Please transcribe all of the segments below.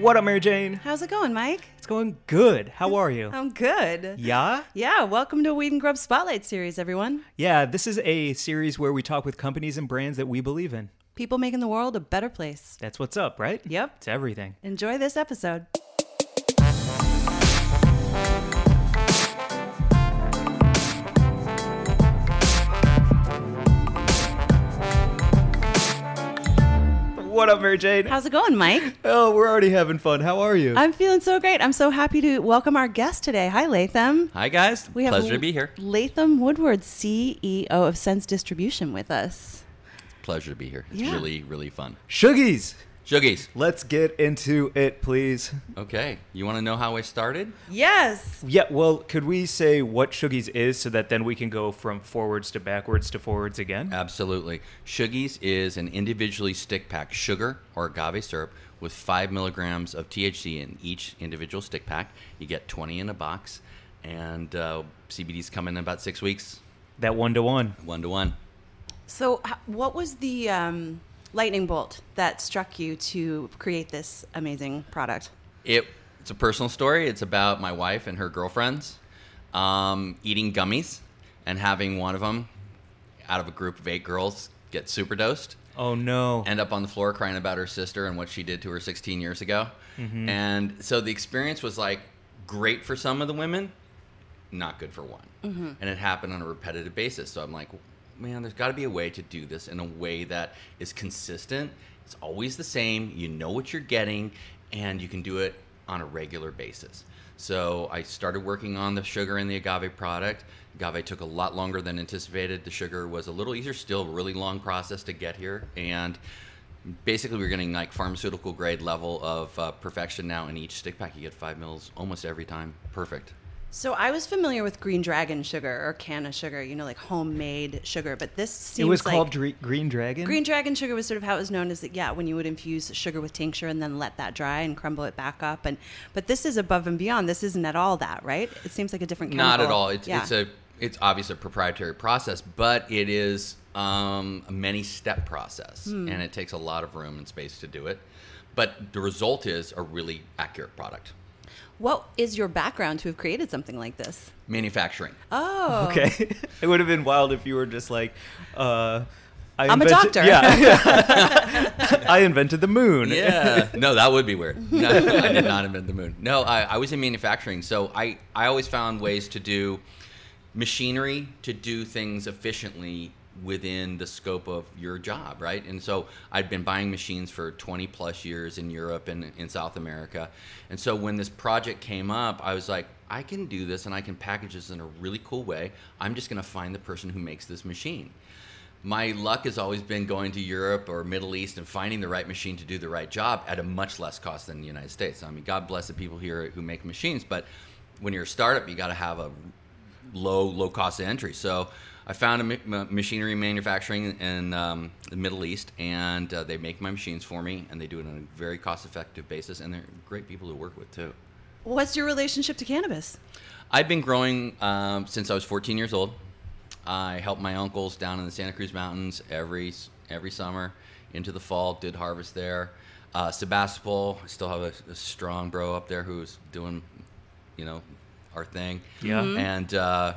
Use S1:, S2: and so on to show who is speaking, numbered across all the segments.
S1: What up, Mary Jane?
S2: How's it going, Mike?
S1: It's going good. How are you?
S2: I'm good.
S1: Yeah?
S2: Yeah, welcome to Weed and Grub Spotlight Series, everyone.
S1: Yeah, this is a series where we talk with companies and brands that we believe in.
S2: People making the world a better place.
S1: That's what's up, right?
S2: Yep.
S1: It's everything.
S2: Enjoy this episode.
S1: What up, Mary Jane?
S2: How's it going, Mike?
S1: oh, we're already having fun. How are you?
S2: I'm feeling so great. I'm so happy to welcome our guest today. Hi, Latham.
S3: Hi guys,
S2: We have
S3: pleasure to
S2: L-
S3: be here.
S2: Latham Woodward, CEO of Sense Distribution, with us.
S3: Pleasure to be here. It's
S2: Yeah.
S3: really really fun.
S1: Sugies!
S3: Juggies.
S1: Let's get into it, please.
S3: Okay, you want to know how I started?
S2: Yes.
S1: Yeah, well, could we say what Sugies is so that then we can go from forwards to backwards to forwards again?
S3: Absolutely. Sugies is an individually stick pack sugar or agave syrup with five milligrams of THC in each individual stick pack. You get 20 in a box, and uh, CBD's coming in about six weeks,
S1: that one to one.
S3: one to one.
S2: So, h- what was the um, lightning bolt that struck you to create this amazing product?
S3: It, it's a personal story. It's about my wife and her girlfriends um, eating gummies and having one of them out of a group of eight girls get super dosed.
S1: Oh, no.
S3: end up on the floor crying about her sister and what she did to her 16 years ago. And so the experience was like great for some of the women, not good for one. And it happened on a repetitive basis. So I'm like, man, there's got to be a way to do this in a way that is consistent. It's always the same. You know what you're getting, and you can do it on a regular basis. So I started working on the sugar and the agave product. Agave took a lot longer than anticipated. The sugar was a little easier, still a really long process to get here. And basically, we're getting like pharmaceutical grade level of uh, perfection now in each stick pack. You get five mils almost every time. Perfect.
S2: So I was familiar with green dragon sugar or canna sugar, you know, like homemade sugar, but this
S1: it
S2: seems
S1: was
S2: like
S1: called Dre- Green Dragon?
S2: green dragon sugar was sort of how it was known as that yeah, when you would infuse sugar with tincture and then let that dry and crumble it back up and but this is above and beyond. This isn't at all that, right? It seems like a different
S3: Not at
S2: chemical.
S3: all. It's,
S2: Yeah.
S3: it's a it's obviously a proprietary process, but it is um, a many step process, and it takes a lot of room and space to do it. But the result is a really accurate product.
S2: What is your background to have created something like this?
S3: Manufacturing.
S2: Oh.
S1: Okay. it would have been wild if you were just like, uh, I
S2: I'm a
S1: invented-
S2: doctor.
S1: Yeah. I invented the moon.
S3: Yeah. no, that would be weird. No, I did not invent the moon. No, I, I was in manufacturing, so I, I always found ways to do machinery to do things efficiently within the scope of your job, right? And so I'd been buying machines for 20 plus years in Europe and in South America. And so when this project came up, I was like, I can do this and I can package this in a really cool way. I'm just going to find the person who makes this machine my luck has always been going to Europe or Middle East and finding the right machine to do the right job at a much less cost than the United States. I mean, God bless the people here who make machines, but when you're a startup, you got to have a low low cost of entry. So I found a ma- ma- machinery manufacturing in um, the Middle East, and uh, they make my machines for me, and they do it on a very cost effective basis, and they're great people to work with too.
S2: What's your relationship to cannabis?
S3: I've been growing um, since I was 14 years old. I helped my uncles down in the Santa Cruz Mountains every every summer into the fall. Did harvest there. Uh, Sebastopol. I still have a, a strong bro up there who's doing, you know, our thing.
S1: Yeah. Mhm.
S3: And uh,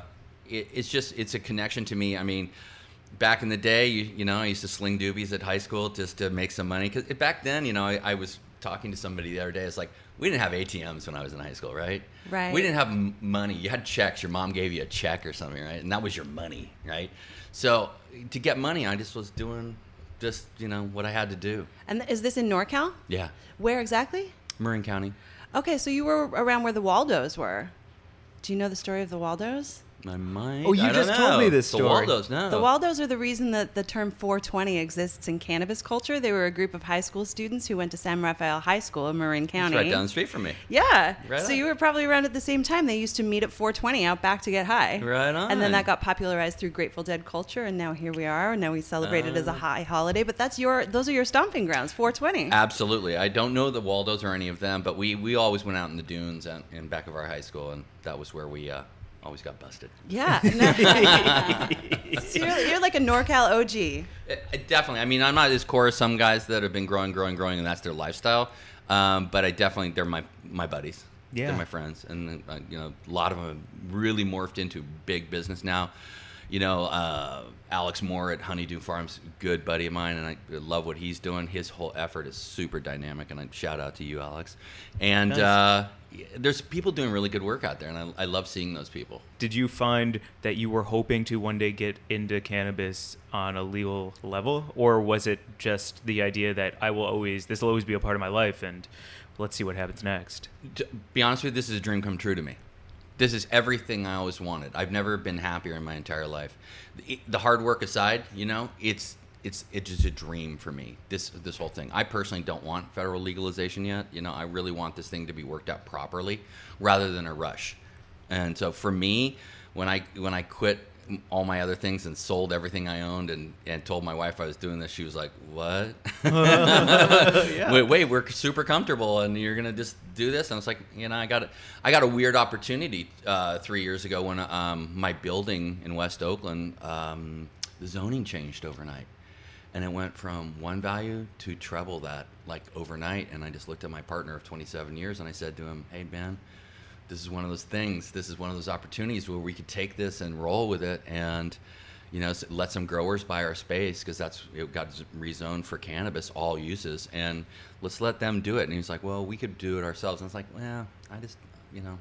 S3: it, it's just it's a connection to me. I mean, back in the day, you, you know, I used to sling doobies at high school just to make some money. Because back then, you know, I, I was talking to somebody the other day. It's like we didn't have ATMs when I was in high school, right?
S2: Right.
S3: We didn't have m- money. You had checks. Your mom gave you a check or something, right? And that was your money, right? So to get money, I just was doing just you know what I had to do.
S2: And is this in NorCal?
S3: Yeah,
S2: Where exactly?
S3: Marin County.
S2: Okay, so you were around where the Waldos were. Do you know the story of the Waldos?
S3: I might.
S1: Oh, you
S3: I don't
S1: just told
S3: know.
S1: me this
S3: The
S1: story.
S3: Waldos, no.
S2: The Waldos are the reason that the term 420 exists in cannabis culture. They were a group of high school students who went to San Rafael High School in Marin
S3: It's
S2: County.
S3: right down the street from me.
S2: Yeah.
S3: Right
S2: so
S3: on.
S2: you were probably around at the same time. They used to meet at 420 out back to get high.
S3: Right on.
S2: And then that got popularized through Grateful Dead culture, and now here we are. And now we celebrate it as
S3: Oh.
S2: a high holiday. But that's your those are your stomping grounds. 420.
S3: Absolutely. I don't know the Waldos or any of them, but we, we always went out in the dunes and in back of our high school, and that was where we uh, always got busted.
S2: yeah. No. So you're, you're like a NorCal OG.
S3: Uh, definitely. I mean, I'm not as core as some guys that have been growing, growing, growing, and that's their lifestyle. Um, but I definitely they're my my buddies.
S1: Yeah.
S3: they're my friends, and uh, you know, a lot of them have really morphed into big business now. You know, uh, Alex Moore at Honeydew Farms, good buddy of mine, and I love what he's doing. His whole effort is super dynamic, and I shout out to you, Alex. And uh, y- there's people doing really good work out there, and I, I love seeing those people.
S1: Did you find that you were hoping to one day get into cannabis on a legal level, or was it just the idea that I will always this will always be a part of my life, and let's see what happens next?
S3: to be honest with you, this is a dream come true to me. This is everything I always wanted. I've never been happier in my entire life. The, the hard work aside, you know, it's it's it's just a dream for me. This this whole thing. I personally don't want federal legalization yet. You know, I really want this thing to be worked out properly rather than a rush. And so for me, when I when I quit all my other things and sold everything I owned and, and told my wife I was doing this, she was like, "What?" wait, wait, we're super comfortable, and you're gonna just do this. And I was like, you know, I got a, I got a weird opportunity uh, three years ago when um, my building in West Oakland, um, the zoning changed overnight, and it went from one value to treble that like overnight. And I just looked at my partner of 27 years, and I said to him, hey man, this is one of those things. This is one of those opportunities where we could take this and roll with it, and you know, s- let some growers buy our space because that's it got z- rezoned for cannabis, all uses, and let's let them do it. And he's like, well, we could do it ourselves. And it's like, well, I just, you know,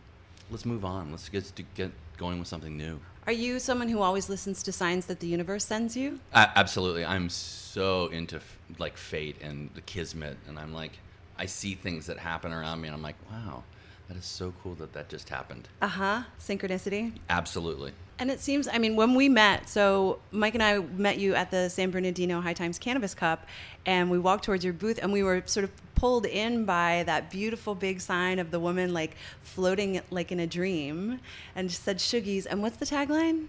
S3: let's move on. Let's just do- get going with something new.
S2: Are you someone who always listens to signs that the universe sends you?
S3: A- absolutely, I'm so into f- like fate and the kismet, and I'm like, I see things that happen around me, and I'm like, wow, that is so cool that that just happened.
S2: Uh huh. Synchronicity.
S3: Absolutely.
S2: And it seems, I mean, when we met, so Mike and I met you at the San Bernardino High Times Cannabis Cup, and we walked towards your booth, and we were sort of pulled in by that beautiful big sign of the woman like floating like in a dream, and said "Sugies." And what's the tagline?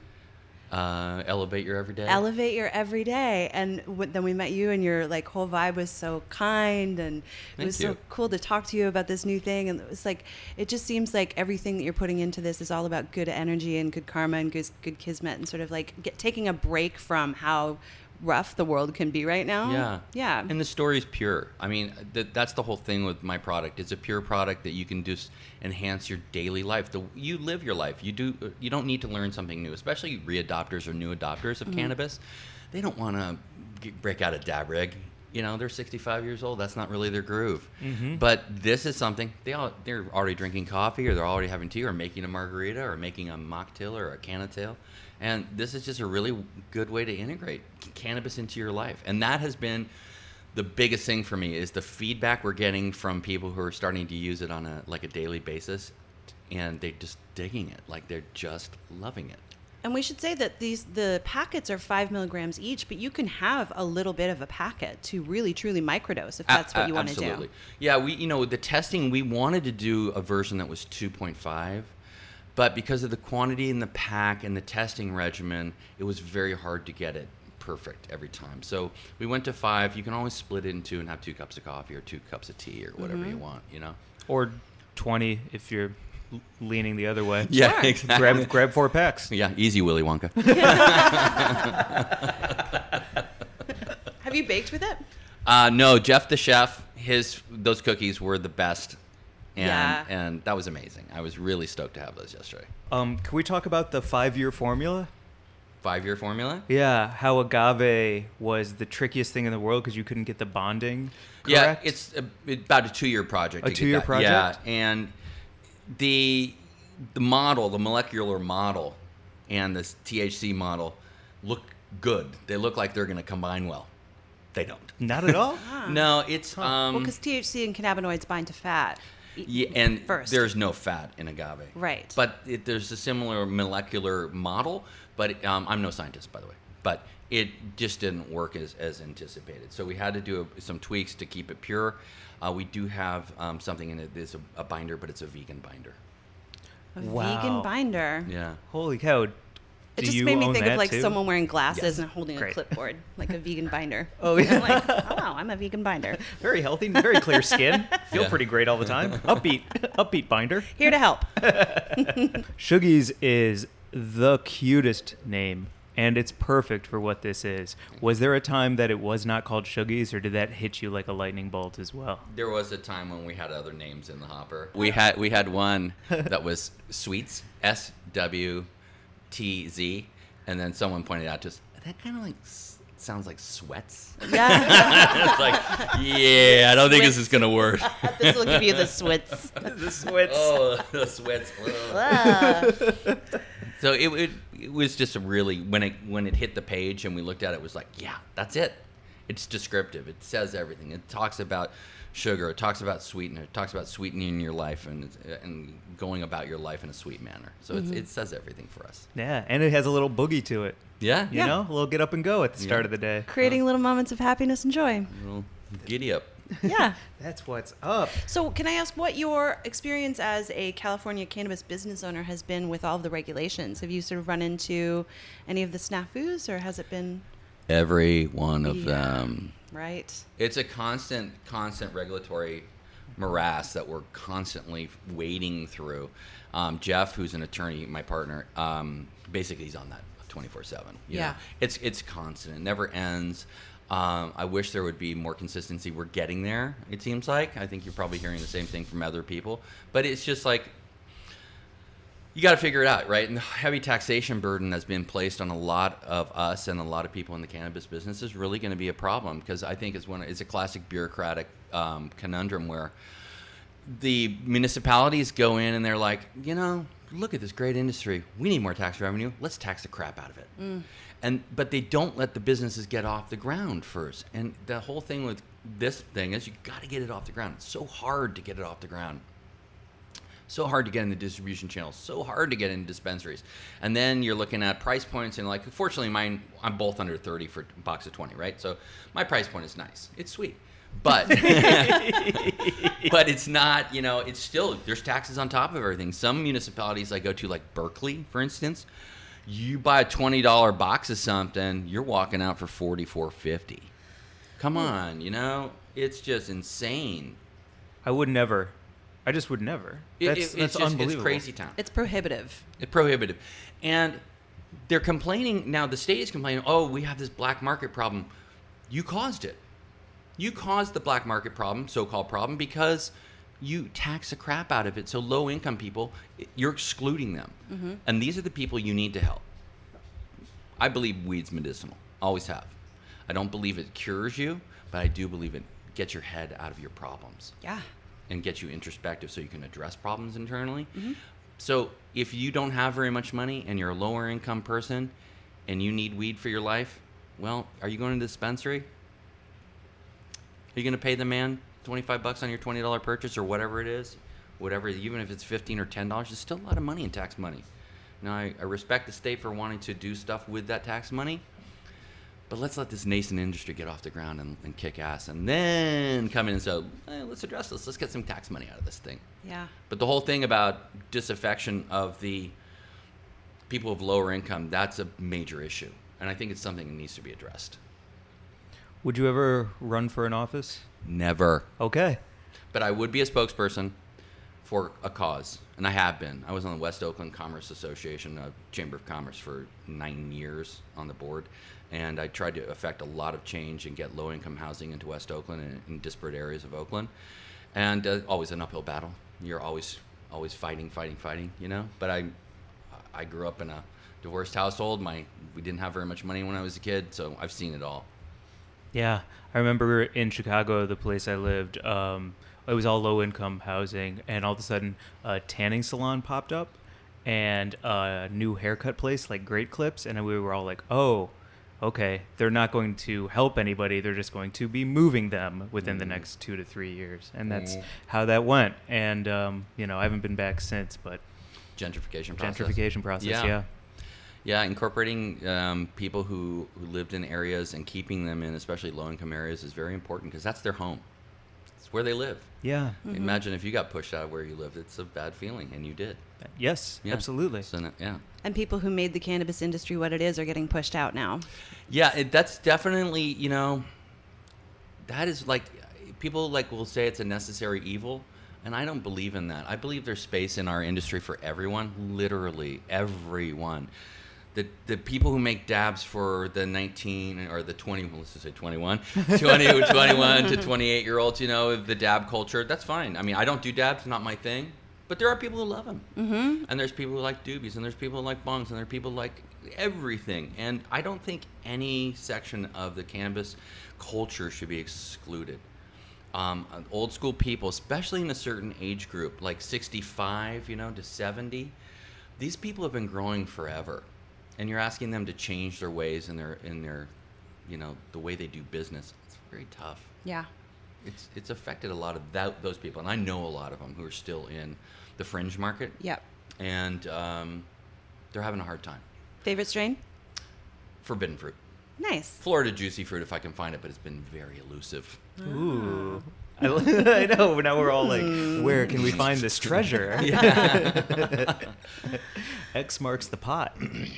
S3: Uh, elevate your everyday.
S2: Elevate your everyday. And w- then we met you, and your like whole vibe was so kind, and it
S3: Thank
S2: was so
S3: you.
S2: cool to talk to you about this new thing. And it was like, it just seems like everything that you're putting into this is all about good energy and good karma and good, good kismet, and sort of like get, taking a break from how rough the world can be right now.
S3: Yeah.
S2: yeah.
S3: And the story's pure. I mean, th- that's the whole thing with my product. It's a pure product that you can just enhance your daily life. The, you live your life. You do. You don't need to learn something new, especially readopters or new adopters of cannabis. They don't want to break out a dab rig. You know, they're 65 years old. That's not really their groove. But this is something they all they're already drinking coffee, or they're already having tea, or making a margarita, or making a mocktail, or a cannattail. And this is just a really good way to integrate c- cannabis into your life. And that has been the biggest thing for me is the feedback we're getting from people who are starting to use it on a like a daily basis and they're just digging it. Like they're just loving it.
S2: And we should say that these the packets are five milligrams each, but you can have a little bit of a packet to really truly microdose if that's what you want to do.
S3: Absolutely. Yeah, we you know the testing we wanted to do a version that was 2.5, but because of the quantity in the pack and the testing regimen, it was very hard to get it perfect every time. So we went to five. You can always split it in two and have two cups of coffee or two cups of tea or whatever
S2: Mm-hmm.
S3: you want. You know.
S1: Or twenty if you're l- leaning the other way.
S3: Yeah.
S2: Sure.
S3: Exactly.
S1: grab grab four packs.
S3: Yeah, easy Willy Wonka.
S2: Have you baked with it?
S3: Uh, no, Jeff the chef, his those cookies were the best, and
S2: Yeah.
S3: and that was amazing. I was really stoked to have those yesterday.
S1: Um, can we talk about the five year formula?
S3: Five year formula.
S1: Yeah, how agave was the trickiest thing in the world because you couldn't get the bonding. Correct?
S3: Yeah, it's a, about a two year project.
S1: A
S3: to get
S1: two-year
S3: that.
S1: project?
S3: Yeah, and the the model, the molecular model, and this THC model look good. They look like they're going to combine well. They don't.
S1: not at all.
S3: No, it's um.
S2: well, because THC and cannabinoids bind to fat. eat
S3: Yeah, and
S2: first.
S3: there's no fat in agave.
S2: Right.
S3: But it, there's a similar molecular model, but it- um, I'm no scientist, by the way. But it just didn't work as, as anticipated. So we had to do some tweaks to keep it pure. Uh, we do have um, something in it. It's a, a binder, but it's a vegan binder.
S2: a
S1: Wow.
S2: vegan binder.
S3: Yeah.
S1: Holy cow! Do
S2: It just
S1: you
S2: made me
S1: own
S2: think of
S1: that,
S2: like
S1: too?
S2: someone wearing glasses
S3: Yes.
S2: and holding a
S1: Great.
S2: clipboard, like a vegan binder. Oh yeah. I'm like, oh, I'm a vegan binder.
S1: Very healthy, very clear skin. Feel
S3: Yeah.
S1: pretty great all the time. Upbeat, upbeat binder.
S2: Here to help.
S1: Shuggies is the cutest name, and it's perfect for what this is. Was there a time that it was not called Shuggies, or did that hit you like a lightning bolt as well?
S3: There was a time when we had other names in the hopper. We had we had one that was Sweets S W T Z, and then someone pointed out to us that kind of like s- sounds like sweats.
S2: Yeah.
S3: it's like, yeah, I don't think this is gonna work.
S2: this will give you the swits.
S1: The Swiss.
S3: oh, the sweats. Ugh.
S2: Ah.
S3: So it, it it was just a really when it when it hit the page and we looked at it, it was like, yeah, that's it. It's descriptive. It says everything. It talks about sugar. It talks about sweetener. It talks about sweetening your life and it's- and going about your life in a sweet manner. So
S1: Mm-hmm.
S3: it's it says everything for us.
S1: Yeah, and it has a little boogie to it.
S3: Yeah.
S1: You know, a little get up and go at the start of the day.
S2: Creating little moments of happiness and joy.
S3: Well, giddy up.
S1: Mm.
S2: Yeah.
S1: That's what's up.
S2: So, can I ask what your experience as a California cannabis business owner has been with all of the regulations? Have you sort of run into any of the snafus, or has it been
S3: Every one of
S2: Yeah.
S3: them.
S2: right?
S3: It's a constant, constant regulatory morass that we're constantly wading through. Um, Jeff, who's an attorney, my partner, um, basically he's on that twenty four seven.
S2: Yeah.
S3: it's it's constant. It never ends. Um, I wish there would be more consistency. We're getting there. It seems like. I think you're probably hearing the same thing from other people, but it's just like you got to figure it out, right? And the heavy taxation burden that's been placed on a lot of us and a lot of people in the cannabis business is really going to be a problem because I think it's one it's a classic bureaucratic um, conundrum where the municipalities go in and they're like, you know, look at this great industry. We need more tax revenue. Let's tax the crap out of it. And but they don't let the businesses get off the ground first. And the whole thing with this thing is you got to get it off the ground. It's so hard to get it off the ground so hard to get in the distribution channels, so hard to get in dispensaries. And then you're looking at price points and like fortunately mine I'm both under 30 for a box of 20, right? So my price point is nice. It's sweet. But but it's not, you know, it's still there's taxes on top of everything. Some municipalities I go to like Berkeley, for instance, you buy a $20 box of something, you're walking out for 44.50. Come
S1: Hmm.
S3: on, you know, it's just insane.
S1: I would never. I just would never.
S3: It-
S1: That's,
S3: it- it's
S1: that's
S3: just-
S1: unbelievable.
S3: It's crazy town.
S2: It's prohibitive.
S3: It's prohibitive. And they're complaining now the state is complaining, "Oh, we have this black market problem. You caused it. You caused the black market problem, so-called problem because you tax the crap out of it. So low income people, you're excluding them. And these are the people you need to help. I believe weed's medicinal. Always have. I don't believe it cures you, but I do believe it gets your head out of your problems
S2: Yeah.
S3: and get you introspective so you can address problems internally. So if you don't have very much money and you're a lower income person and you need weed for your life, well, are you going to the dispensary? Are you going to pay the man 25 bucks on your $20 purchase or whatever it is? Whatever, even if it's 15 or $10, there's still a lot of money in tax money. Now, I, I respect the state for wanting to do stuff with that tax money, but let's let this nascent industry get off the ground and, and kick ass, and then come in and say, eh, let's address this. Let's get some tax money out of this thing.
S2: Yeah.
S3: But the whole thing about disaffection of the people of lower income, that's a major issue. And I think it's something that needs to be addressed.
S1: Would you ever run for an office?
S3: Never.
S1: Okay.
S3: But I would be a spokesperson for a cause, and I have been. I was on the West Oakland Commerce Association, uh, Chamber of Commerce, for nine years on the board, and I tried to affect a lot of change and get low-income housing into West Oakland and in disparate areas of Oakland, and uh, always an uphill battle. You're always always fighting, fighting, fighting. You know, but I I grew up in a divorced household. My we didn't have very much money when I was a kid, so I've seen it all.
S1: Yeah, I remember in Chicago, the place I lived, um, it was all low income housing, and all of a sudden, a tanning salon popped up and a new haircut place like Great Clips, and we were all like, "Oh, okay, they're not going to help anybody. They're just going to be moving them within
S3: Mm.
S1: the next two to three years, and that's how that went. And um, you know, I haven't been back since, but
S3: gentrification process.
S1: gentrification process,
S3: Yeah.
S1: yeah.
S3: Yeah, incorporating um, people who, who lived in areas and keeping them in, especially low income areas, is very important because that's their home. It's where they live.
S1: Yeah.
S3: Imagine if you got pushed out of where you lived. It's a bad feeling, and you did.
S1: Yes,
S3: Yeah.
S1: absolutely.
S3: So, no- yeah.
S2: And people who made the cannabis industry what it is are getting pushed out now.
S3: Yeah, it, that's definitely, you know, that is like, people like will say it's a necessary evil. And I don't believe in that. I believe there's space in our industry for everyone, literally everyone. The, the people who make dabs for the 19 or the 20, well, let's just say 21, 20, 21 to 28 year olds, you know, the dab culture, that's fine. I mean, I don't do dabs, not my thing. But there are people who love them. Mm-hmm. And there's people who like doobies, and there's people who like bongs, and there are people who like everything. And I don't think any section of the cannabis culture should be excluded. Um, old school people, especially in a certain age group, like 65, you know, to 70, these people have been growing forever. And you're asking them to change their ways and their, in their, you know, the way they do business. It's very tough
S2: Yeah.
S3: it's it's affected a lot of that, those people, and I know a lot of them who are still in the fringe market,
S2: Yep.
S3: and um, they're having a hard time.
S2: Favorite strain?
S3: Forbidden fruit,
S2: Nice.
S3: Florida juicy fruit, if I can find it, but it's been very elusive.
S1: Mm. Ooh. I, I know. Now we're all like, where can we find this treasure? X marks the pot.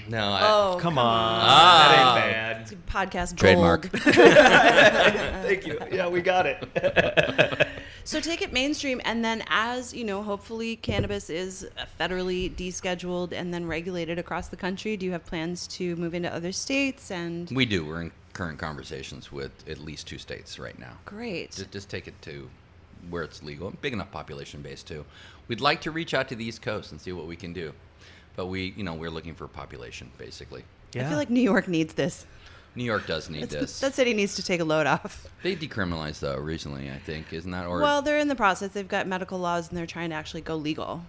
S3: No, I,
S2: Oh,
S1: Come on.
S3: Ah.
S1: That ain't
S2: Podcast
S3: Trademark.
S2: gold.
S1: bad. Thank you. Yeah, we got it.
S2: So take it mainstream, and then as you know, hopefully cannabis is federally descheduled and then regulated across the country. Do you have plans to move into other states? And
S3: we do. We're in current conversations with at least two states right now.
S2: great,
S3: Just, just take it to where it's legal. Big enough population base too. We'd like to reach out to the East Coast and see what we can do, but we, you know, we're looking for population basically.
S1: Yeah.
S2: I feel like New York needs this.
S3: New York does need this.
S2: That city needs to take a load off.
S3: They decriminalized though recently, I think, isn't that? Or
S2: Well, they're in the process. They've got medical laws, and they're trying to actually go legal.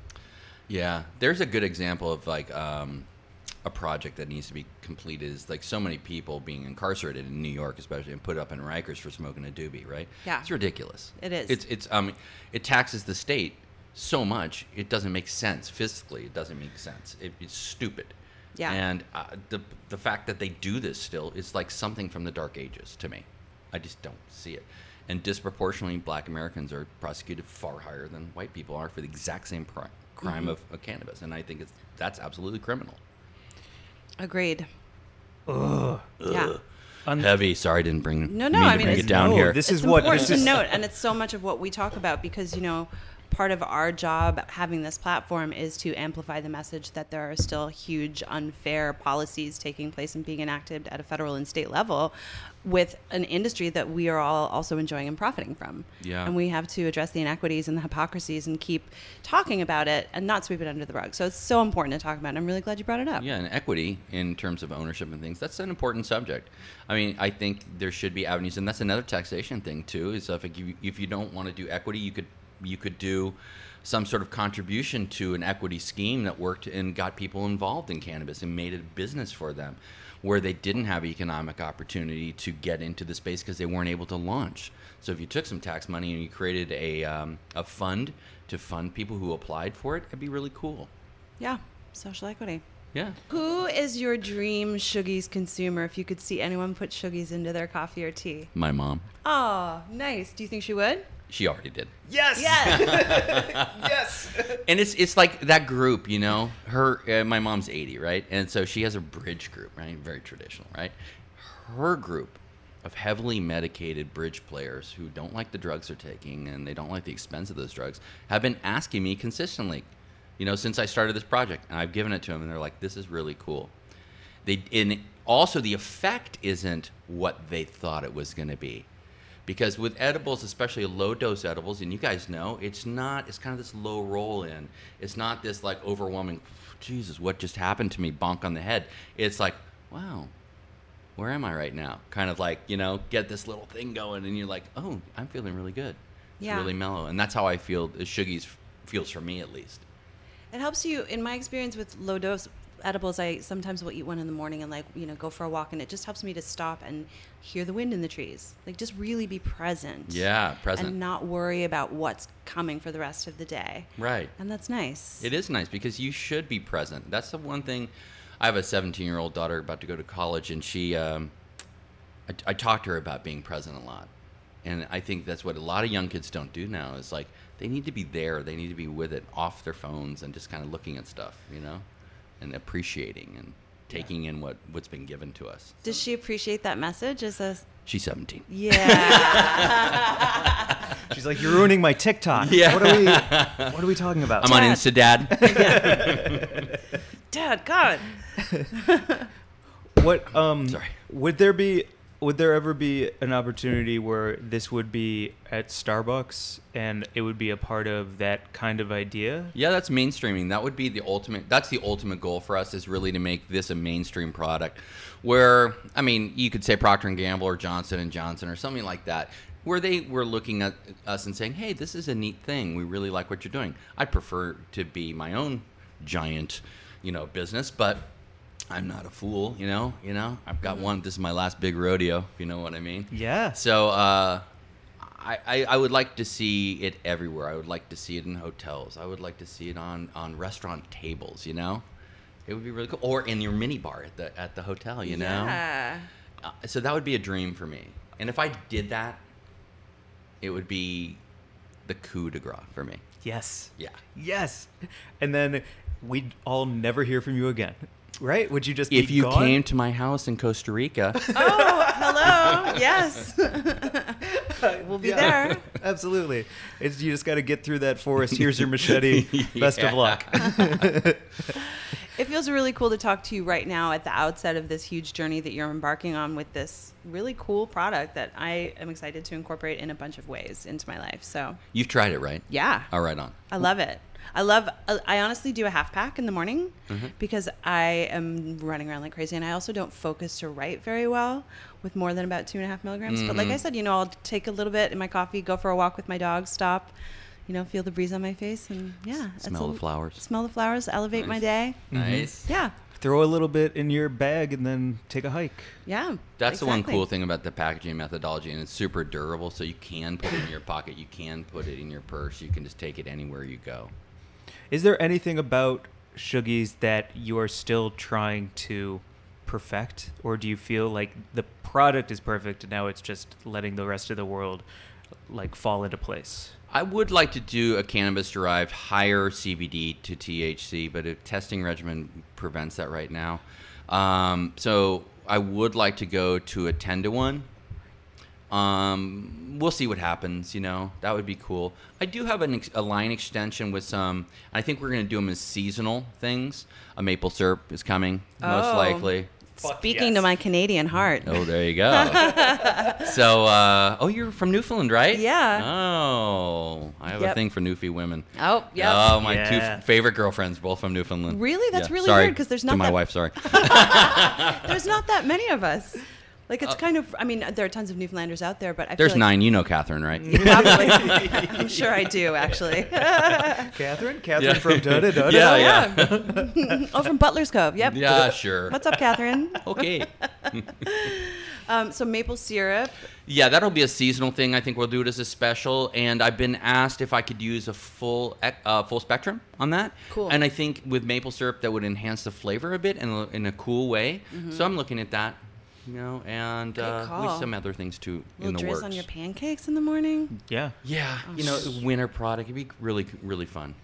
S3: yeah, there's a good example of like um, a project that needs to be completed. Is like so many people being incarcerated in New York, especially, and put up in Rikers for smoking a doobie, right?
S2: Yeah.
S3: it's ridiculous.
S2: It is.
S3: It's it's um, it taxes the state so much it doesn't make sense physically. It doesn't make sense. It, it's stupid.
S2: Yeah.
S3: And uh, the the fact that they do this still is like something from the Dark Ages to me. I just don't see it. And disproportionately, Black Americans are prosecuted far higher than white people are for the exact same pri-
S2: Mm-hmm.
S3: crime of, of cannabis. And I think it's that's absolutely criminal.
S2: Agreed. Ugh. Yeah.
S1: On-
S3: Heavy. Sorry, I didn't bring
S2: No, no,
S3: mean
S2: I
S3: to
S2: mean,
S3: bring
S2: it's-
S3: it down
S1: No,
S3: here.
S1: this
S2: it's
S1: is what
S2: important
S1: this
S2: to
S1: is.
S2: note, and it's so much of what we talk about because you know part of our job having this platform is to amplify the message that there are still huge unfair policies taking place and being enacted at a federal and state level with an industry that we are all also enjoying and profiting from.
S3: Yeah.
S2: And we have to address the inequities and the hypocrisies and keep talking about it and not sweep it under the rug. So it's so important to talk about. And I'm really glad you brought it up.
S3: Yeah, and equity in terms of ownership and things. That's an important subject. I mean, I think there should be avenues, and that's another taxation thing too. Is if you, if you don't want to do equity, you could you could do some sort of contribution to an equity scheme that worked and got people involved in cannabis and made it a business for them, where they didn't have economic opportunity to get into the space because they weren't able to launch. So if you took some tax money and you created a um, a fund to fund people who applied for it, it'd be really cool.
S2: yeah. Social equity.
S3: Yeah.
S2: Who is your dream Sugies consumer if you could see anyone put Sugies into their coffee or tea?
S3: My mom.
S2: Oh, nice. Do you think she would?
S3: She already did.
S1: Yes.
S2: Yes.
S1: Yes.
S3: And it's it's like that group, you know. Her uh, my mom's 80, right? And so she has a bridge group, right? Very traditional, right? Her group of heavily medicated bridge players who don't like the drugs they're taking and they don't like the expense of those drugs have been asking me consistently, you know, since I started this project. And I've given it to them and they're like, "This is really cool." They and also the effect isn't what they thought it was going to be, because with edibles, especially low dose edibles, and you guys know, it's not. It's kind of this low roll in. It's not this like overwhelming. Jesus, what just happened to me? Bonk on the head. It's like, wow, where am I right now? Kind of like you know, get this little thing going, and you're like, oh, I'm feeling really good. It's
S2: Yeah.
S3: really mellow, and that's how I feel. Shuggies feels for me at least.
S2: it helps you, in my experience with low dose edibles, I sometimes will eat one in the morning and like you know go for a walk, and it just helps me to stop and hear the wind in the trees, like just really be present.
S3: Yeah, present.
S2: And not worry about what's coming for the rest of the day.
S3: Right.
S2: And that's nice.
S3: It is nice because you should be present. That's the one thing. I have a 17 year old daughter about to go to college, and she, um, I, I talked to her about being present a lot. And I think that's what a lot of young kids don't do now is like they need to be there, they need to be with it, off their phones, and just kind of looking at stuff, you know, and appreciating and taking in what, what's been given to us.
S2: Does she appreciate that message? Is a
S3: She's 17.
S2: yeah.
S1: She's like, "You're ruining my TikTok.
S3: Yeah.
S1: What are we? What are we talking about?"
S3: I'm on
S2: Dad.
S3: Instadad.
S2: Dad, God.
S1: What um
S3: Sorry.
S1: would there be would there ever be an opportunity where this would be at Starbucks and it would be a part of that kind of idea?
S3: yeah, that's mainstreaming. That would be the ultimate. That's the ultimate goal for us is really to make this a mainstream product. Where I mean, you could say Procter and Gamble or Johnson and Johnson or something like that, where they were looking at us and saying, "Hey, this is a neat thing. We really like what you're doing." I'd prefer to be my own giant, you know, business, but I'm not a fool. You know, you know, I've got one. This is my last big rodeo. If you know what I mean.
S1: Yeah.
S3: So uh, I, I I would like to see it everywhere. I would like to see it in hotels. I would like to see it on, on restaurant tables. You know, it would be really cool. Or in your mini bar at the at the hotel. You know,
S2: Yeah.
S3: uh, so that would be a dream for me. And if I did that, it would be the coup de grace for me.
S1: Yes.
S3: Yeah.
S1: Yes. And then we'd all never hear from you again. Right? Would you just be
S3: If you
S1: gone?
S3: came to my house in Costa Rica,
S2: Oh, hello. Yes. we'll be there.
S1: Absolutely. It's, you just got to get through that forest. Here's your machete. Best of luck.
S2: It feels really cool to talk to you right now at the outset of this huge journey that you're embarking on with this really cool product that I am excited to incorporate in a bunch of ways into my life. So,
S3: you've tried it, right?
S2: yeah.
S3: All right, on.
S2: I love it. I love. I- I honestly do a half pack in the morning
S3: Mm-hmm.
S2: because I am running around like crazy, and I also don't focus to write very well with more than about two and a half milligrams. But
S3: Mm-hmm.
S2: like I said, you know, I'll take a little bit in my coffee, go for a walk with my dog, stop, you know, feel the breeze on my face, and yeah, it's
S3: Smell
S2: a-
S3: the flowers.
S2: Smell the flowers, elevate my
S3: Nice.
S2: day.
S3: Nice.
S2: Yeah,
S1: Throw a little bit in your bag and then take a hike.
S2: yeah.
S3: That's the one
S2: exactly.
S3: cool thing about the packaging methodology, and it's super durable. So you can put it in your pocket, you can put it in your purse, you can just take it anywhere you go.
S1: Is there anything about Sugies that you are still trying to perfect, or do you feel like the product is perfect and now it's just letting the rest of the world like fall into place?
S3: I would like to do a cannabis-derived higher CBD to THC, but a testing regimen prevents that right now. Um, so I would like to go to a ten to one. Um, we'll see what happens. You know, that would be cool. I do have an ex- a line extension with some. I think we're going to do them as seasonal things. A maple syrup is coming, most
S2: Oh.
S3: likely.
S2: Speaking to my Canadian heart.
S3: Oh, there you go. so, uh, oh, you're from Newfoundland, right?
S2: Yeah.
S3: Oh, I have a
S2: Yep.
S3: thing for Newfie women.
S2: Oh, yep.
S3: Oh, my two
S1: Yeah.
S3: f- favorite girlfriends, both from Newfoundland.
S2: Really? That's really
S3: sorry.
S2: weird 'cause there's
S3: to
S2: not
S3: my
S2: that-
S3: wife. Sorry.
S2: There's not that many of us. Like it's kind of. I mean, there are tons of Newfoundlanders out there, but I
S3: Uh, There's
S2: feel like
S3: nine. You know Catherine, right?
S2: Probably. I'm sure I do, actually.
S1: Catherine? Catherine
S3: Yeah.
S1: from da da da da?
S3: Yeah, yeah, yeah.
S2: oh, from Butler's Cove. Yep.
S3: sure.
S2: What's up, Catherine?
S3: okay.
S2: Um, so maple syrup.
S3: Yeah, that'll be a seasonal thing. I think we'll do it as a special. And I've been asked if I could use a full ec- uh, full spectrum on that.
S2: Cool.
S3: And I think with maple syrup, that would enhance the flavor a bit in a, in a cool way. So I'm looking at that, you know, and
S2: Mm-hmm. Good
S3: uh,
S2: call.
S3: with some other things too in
S2: Little
S3: the
S2: drizz
S3: works.
S2: on your oh. pancakes in the morning.
S1: Yeah.
S3: yeah, you know, winter product. It'd be really really fun.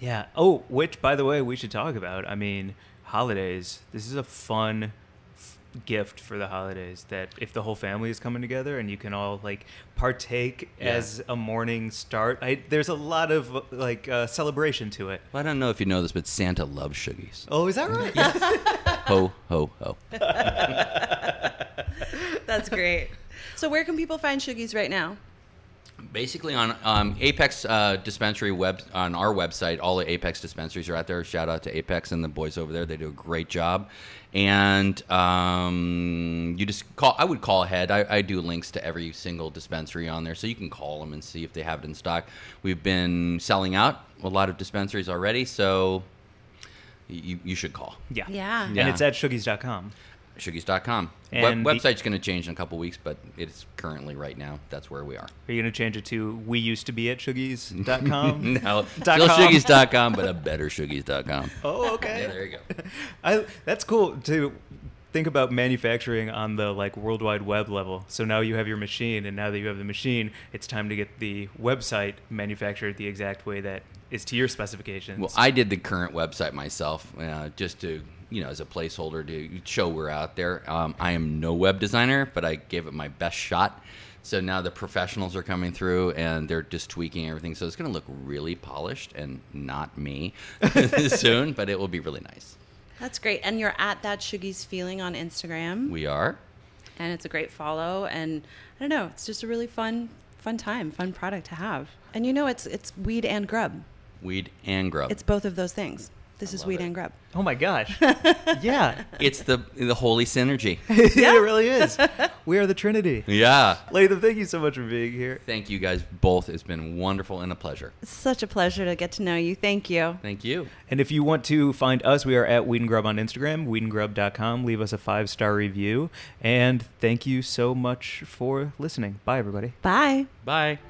S1: Yeah. Oh, which, by the way, we should talk about. I mean, holidays. This is a fun f- gift for the holidays that if the whole family is coming together and you can all like partake
S3: Yeah.
S1: as a morning start. I, there's a lot of like uh, celebration to it.
S3: Well, I don't know if you know this, but Santa loves sugies.
S1: Oh, is that right?
S3: Ho ho ho.
S2: That's great. So where can people find Sugies right now?
S3: Basically, on um, Apex uh, Dispensary web on our website, all the Apex dispensaries are out there. Shout out to Apex and the boys over there; they do a great job. And um, you just call. I would call ahead. I, I do links to every single dispensary on there, so you can call them and see if they have it in stock. We've been selling out a lot of dispensaries already, so you, you should call.
S1: Yeah.
S2: Yeah.
S1: And
S3: Yeah.
S1: it's at shugies.com.
S3: Shuggies.com.
S1: And
S3: Web-
S1: the-
S3: website's going to change in a couple weeks, but it's currently right now. That's where we are.
S1: Are you going to change it to we used to be at shugies.com?
S3: No,
S1: Dot
S3: still
S1: com.
S3: Shuggies.com, but a better Shuggies.com.
S1: Oh, okay.
S3: Yeah, there you go.
S1: I, that's cool to think about manufacturing on the like World Wide Web level. So now you have your machine, and now that you have the machine, it's time to get the website manufactured the exact way that is to your specifications.
S3: Well, I did the current website myself, uh, just to you know, as a placeholder to show we're out there. Um, I am no web designer, but I gave it my best shot. So now the professionals are coming through and they're just tweaking everything. So it's going to look really polished and not me soon, but it will be really nice.
S2: That's great. And you're at that Shuggies feeling on Instagram,
S3: We are.
S2: and it's a great follow. And I don't know, it's just a really fun, fun time, fun product to have. And you know, it's it's weed and grub.
S3: Weed and grub.
S2: It's both of those things. This is
S3: love
S2: weed
S3: it.
S2: and grub.
S1: oh my gosh, yeah,
S3: It's the the holy synergy.
S1: it really is. We are the Trinity.
S3: yeah.
S1: Latham, thank you so much for being here.
S3: Thank you guys both. It's been wonderful and a pleasure.
S2: It's such a pleasure to get to know you. Thank you.
S3: Thank you.
S1: And if you want to find us, we are at Weed and Grub on Instagram, weedandgrub.com. Leave us a five star review. And thank you so much for listening. Bye, everybody.
S2: Bye.
S3: Bye.